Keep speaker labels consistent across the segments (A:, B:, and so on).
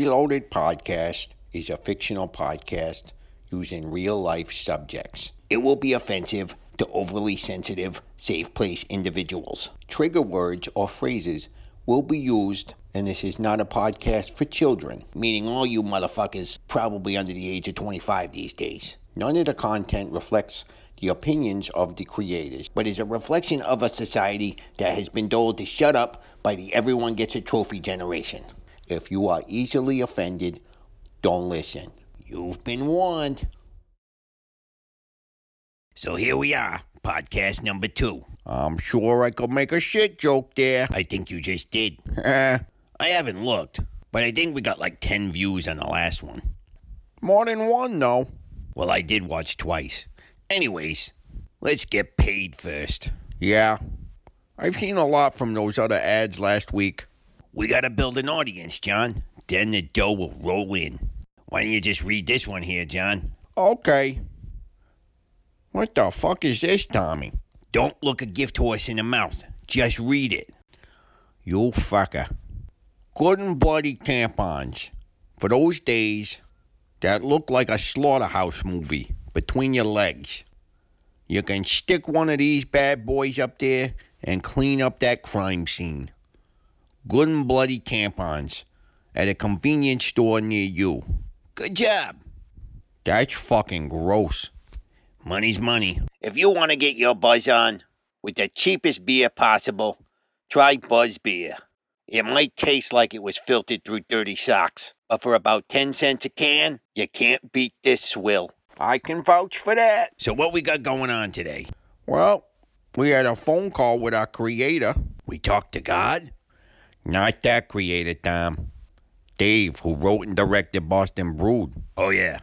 A: Reloaded podcast is a fictional podcast using real life subjects. It will be offensive to overly sensitive, safe place individuals. Trigger words or phrases will be used, and this is not a podcast for children, meaning all you motherfuckers probably under the age of 25 these days. None of the content reflects the opinions of the creators, but is a reflection of a society that has been told to shut up by the everyone gets a trophy generation. If you are easily offended, don't listen. You've been warned. So here we are, podcast number two. I'm sure I could make a shit joke there. I think you just did. I haven't looked, but I think we got like 10 views on the last one. More than one, though. Well, I did watch twice. Anyways, let's get paid first. Yeah. I've seen a lot from those other ads last week. We gotta build an audience, John. Then the dough will roll in. Why don't you just read this one here, John? Okay. What the fuck is this, Tommy? Don't look a gift horse in the mouth. Just read it. You fucker. Good and bloody tampons. For those days that look like a slaughterhouse movie between your legs. You can stick one of these bad boys up there and clean up that crime scene. Good and bloody tampons at a convenience store near you. Good job. That's fucking gross. Money's money. If you want to get your buzz on with the cheapest beer possible, try Buzz Beer. It might taste like it was filtered through dirty socks, but for about 10 cents a can, you can't beat this swill. I can vouch for that. So, what we got going on today? Well, we had a phone call with our creator. We talked to God? Not that creator, Tom. Dave, who wrote and directed Boston Brood. Oh, yeah.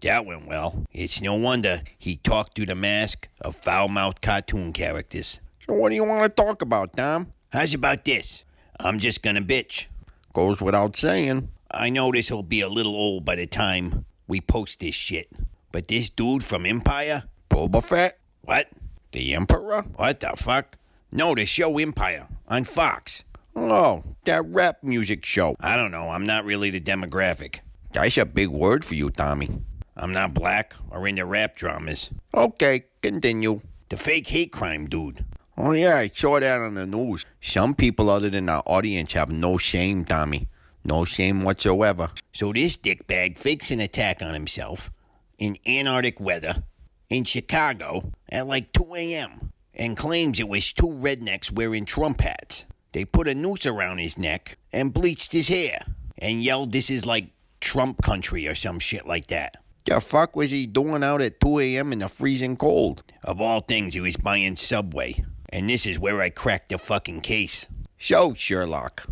A: That went well. It's no wonder he talked through the mask of foul mouthed cartoon characters. So, what do you want to talk about, Tom? How's about this? I'm just gonna bitch. Goes without saying. I know this will be a little old by the time we post this shit, but this dude from Empire? Boba Fett? What? The Emperor? What the fuck? No, the show Empire on Fox. Oh, that rap music show. I don't know. I'm not really the demographic. That's a big word for you, Tommy. I'm not black or into rap dramas. Okay, continue. The fake hate crime dude. Oh, yeah, I saw that on the news. Some people other than our audience have no shame, Tommy. No shame whatsoever. So this dickbag fakes an attack on himself in Antarctic weather in Chicago at like 2 a.m. and claims it was two rednecks wearing Trump hats. They put a noose around his neck and bleached his hair and yelled, This is like Trump country or some shit like that. The fuck was he doing out at 2 a.m. in the freezing cold? Of all things, he was buying Subway. And this is where I cracked the fucking case. So, Sherlock,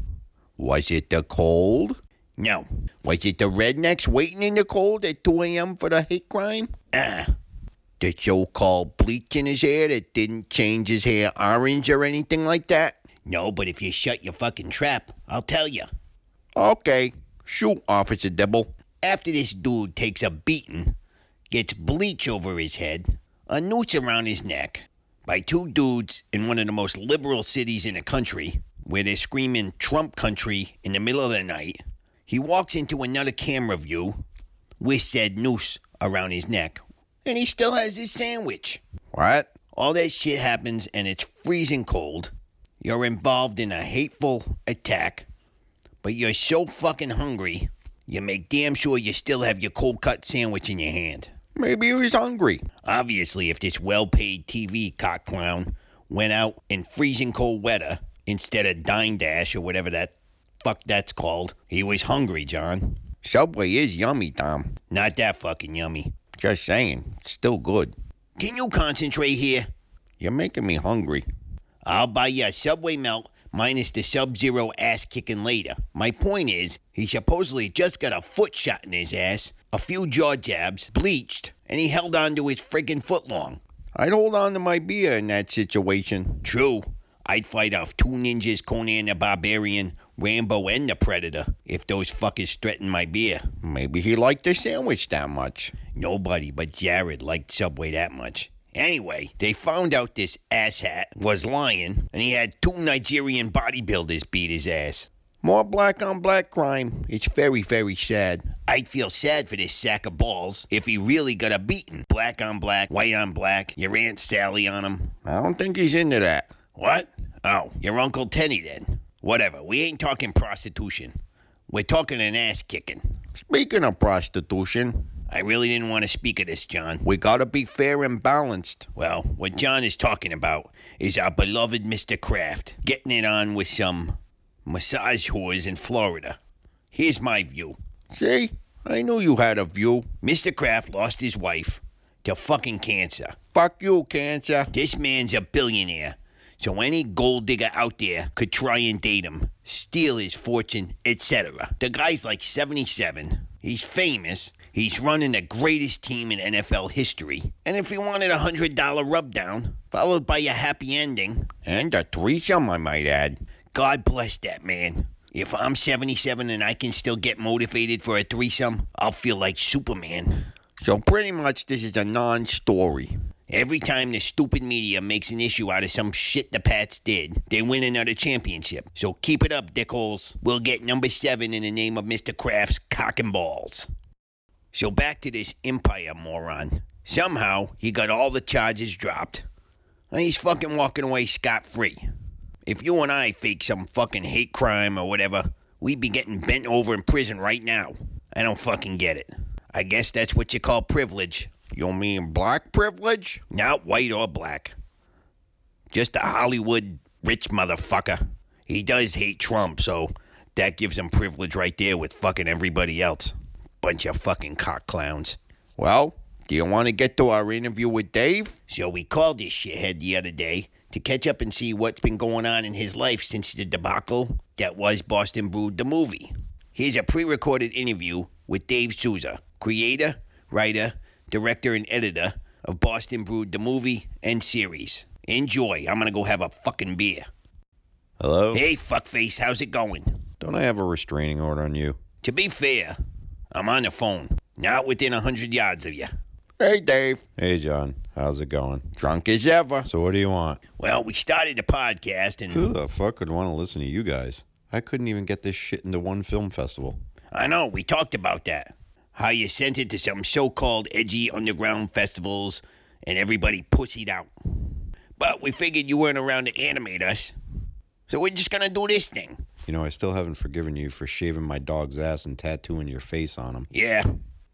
A: was it the cold? No. Was it the rednecks waiting in the cold at 2 a.m. for the hate crime? Ah. The so called bleach in his hair that didn't change his hair orange or anything like that? No, but if you shut your fucking trap, I'll tell you. Okay. Shoot, Officer Dibble. After this dude takes a beating, gets bleach over his head, a noose around his neck, by two dudes in one of the most liberal cities in the country, where they're screaming Trump country in the middle of the night, he walks into another camera view with said noose around his neck, and he still has his sandwich. What? All that shit happens, and it's freezing cold. You're involved in a hateful attack but you're so fucking hungry, you make damn sure you still have your cold cut sandwich in your hand. Maybe he was hungry. Obviously, if this well paid TV cock clown went out in freezing cold weather instead of Dine Dash or whatever that fuck that's called, he was hungry, John. Subway is yummy, Tom. Not that fucking yummy. Just saying, it's still good. Can you concentrate here? You're making me hungry. I'll buy you a Subway melt minus the Sub Zero ass kicking later. My point is, he supposedly just got a foot shot in his ass, a few jaw jabs, bleached, and he held on to his friggin' foot long. I'd hold on to my beer in that situation. True. I'd fight off two ninjas, Conan the Barbarian, Rambo, and the Predator if those fuckers threatened my beer. Maybe he liked the sandwich that much. Nobody but Jared liked Subway that much. Anyway, they found out this asshat was lying, and he had two Nigerian bodybuilders beat his ass. More black on black crime. It's very, very sad. I'd feel sad for this sack of balls if he really got a beating. Black on black, white on black, your Aunt Sally on him. I don't think he's into that. What? Oh, your Uncle Tenny then. Whatever, we ain't talking prostitution. We're talking an ass kicking. Speaking of prostitution, I really didn't want to speak of this, John. We gotta be fair and balanced. Well, what John is talking about is our beloved Mr. Kraft getting it on with some massage whores in Florida. Here's my view. See? I knew you had a view. Mr. Kraft lost his wife to fucking cancer. Fuck you, cancer. This man's a billionaire. So any gold digger out there could try and date him, steal his fortune, etc. The guy's like 77. He's famous. He's running the greatest team in NFL history. And if he wanted a $100 rubdown, followed by a happy ending, and a threesome, I might add, God bless that man. If I'm 77 and I can still get motivated for a threesome, I'll feel like Superman. So, pretty much, this is a non story. Every time the stupid media makes an issue out of some shit the Pats did, they win another championship. So, keep it up, dickholes. We'll get number seven in the name of Mr. Kraft's cock and balls. So, back to this Empire moron. Somehow, he got all the charges dropped. And he's fucking walking away scot free. If you and I fake some fucking hate crime or whatever, we'd be getting bent over in prison right now. I don't fucking get it. I guess that's what you call privilege. You mean black privilege? Not white or black. Just a Hollywood rich motherfucker. He does hate Trump, so that gives him privilege right there with fucking everybody else. Bunch of fucking cock clowns. Well, do you want to get to our interview with Dave? So we called this shithead the other day to catch up and see what's been going on in his life since the debacle that was Boston Brewed the movie. Here's a pre recorded interview with Dave Souza, creator, writer, director, and editor of Boston Brewed the movie and series. Enjoy. I'm gonna go have a fucking beer.
B: Hello?
A: Hey, fuckface, how's it going?
B: Don't I have a restraining order on you?
A: To be fair, I'm on the phone, not within a 100 yards of you.
C: Hey, Dave.
B: Hey, John. How's it going?
C: Drunk as ever.
B: So, what do you want?
A: Well, we started the podcast and.
B: Who the fuck would want to listen to you guys? I couldn't even get this shit into one film festival.
A: I know, we talked about that. How you sent it to some so called edgy underground festivals and everybody pussied out. But we figured you weren't around to animate us. So we're just gonna do this thing.
B: You know, I still haven't forgiven you for shaving my dog's ass and tattooing your face on him.
A: Yeah.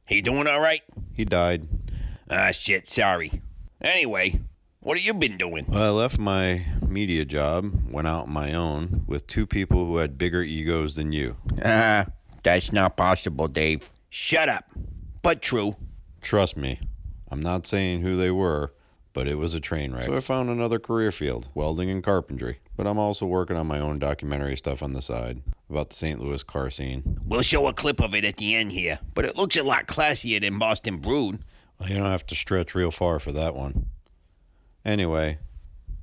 A: He doing all right?
B: He died.
A: Ah, shit, sorry. Anyway, what have you been doing?
B: Well, I left my media job, went out on my own with two people who had bigger egos than you.
A: Uh,
C: Ah, that's not possible, Dave.
A: Shut up. But true.
B: Trust me, I'm not saying who they were, but it was a train wreck. So I found another career field welding and carpentry. But I'm also working on my own documentary stuff on the side about the St. Louis car scene.
A: We'll show a clip of it at the end here, but it looks a lot classier than Boston Brood.
B: Well, you don't have to stretch real far for that one. Anyway,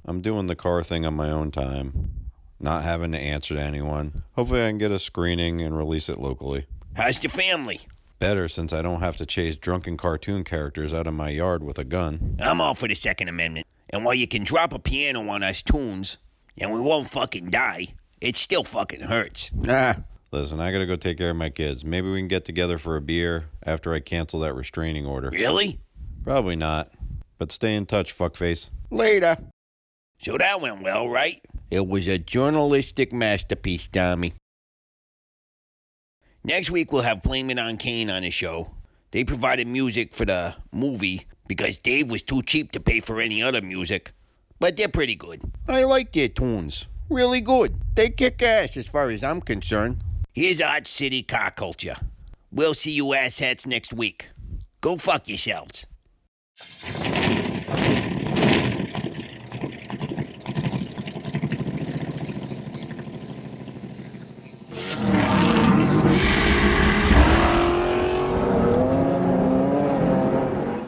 B: I'm doing the car thing on my own time, not having to answer to anyone. Hopefully, I can get a screening and release it locally.
A: How's the family?
B: Better since I don't have to chase drunken cartoon characters out of my yard with a gun.
A: I'm all for the Second Amendment. And while you can drop a piano on us tunes, and we won't fucking die, it still fucking hurts.
C: Ah,
B: Listen, I gotta go take care of my kids. Maybe we can get together for a beer after I cancel that restraining order.
A: Really?
B: Probably not. But stay in touch, fuckface.
C: later.
A: So that went well, right?
C: It was a journalistic masterpiece, Tommy.
A: Next week we'll have Blame It on Kane on the show. They provided music for the movie because Dave was too cheap to pay for any other music. But they're pretty good.
C: I like their tunes. Really good. They kick ass as far as I'm concerned.
A: Here's Art City Car Culture. We'll see you asshats next week. Go fuck yourselves.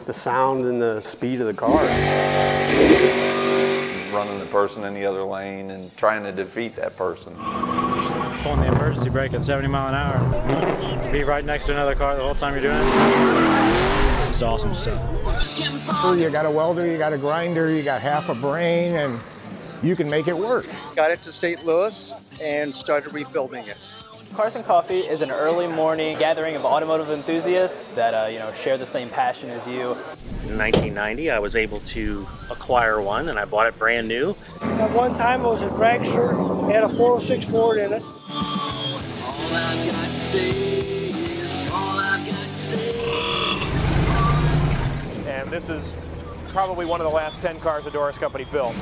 D: the sound and the speed of the car.
E: running the person in the other lane and trying to defeat that person.
F: pulling the emergency brake at 70 mile an hour. Be right next to another car the whole time you're doing it. It's awesome stuff.
G: You got a welder, you got a grinder, you got half a brain, and you can make it work.
H: Got it to St. Louis and started rebuilding it.
I: Carson Coffee is an early morning gathering of automotive enthusiasts that uh, you know share the same passion as you.
J: In 1990, I was able to acquire one, and I bought it brand new.
K: At one time, it was a dragster, had a 406 Ford in it.
L: And this is probably one of the last 10 cars the Doris Company built.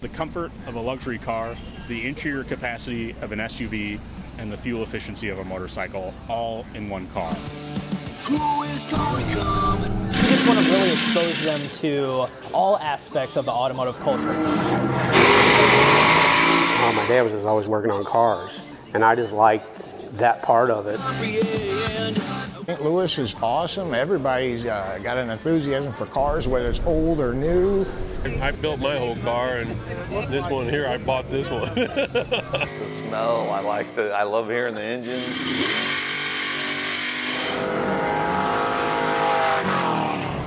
M: The comfort of a luxury car, the interior capacity of an SUV, and the fuel efficiency of a motorcycle all in one car.
I: We just want to really expose them to all aspects of the automotive culture.
D: Well, Oh, my dad was just always working on cars, and I just liked that part of it.
G: St. Louis is awesome. Everybody's uh, got an enthusiasm for cars, whether it's old or new.
N: I built my whole car, and this one here, I bought this one.
E: the smell, I like the, I love hearing the engines.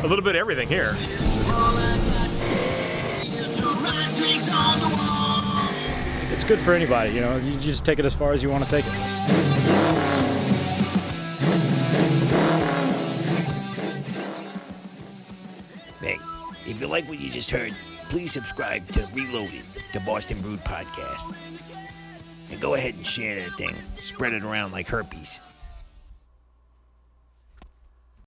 L: A little bit of everything here.
F: It's good for anybody, you know. You just take it as far as you want to take it.
A: Hey, if you like what you just heard, please subscribe to Reloaded, the Boston Brood podcast. And go ahead and share that thing. Spread it around like herpes.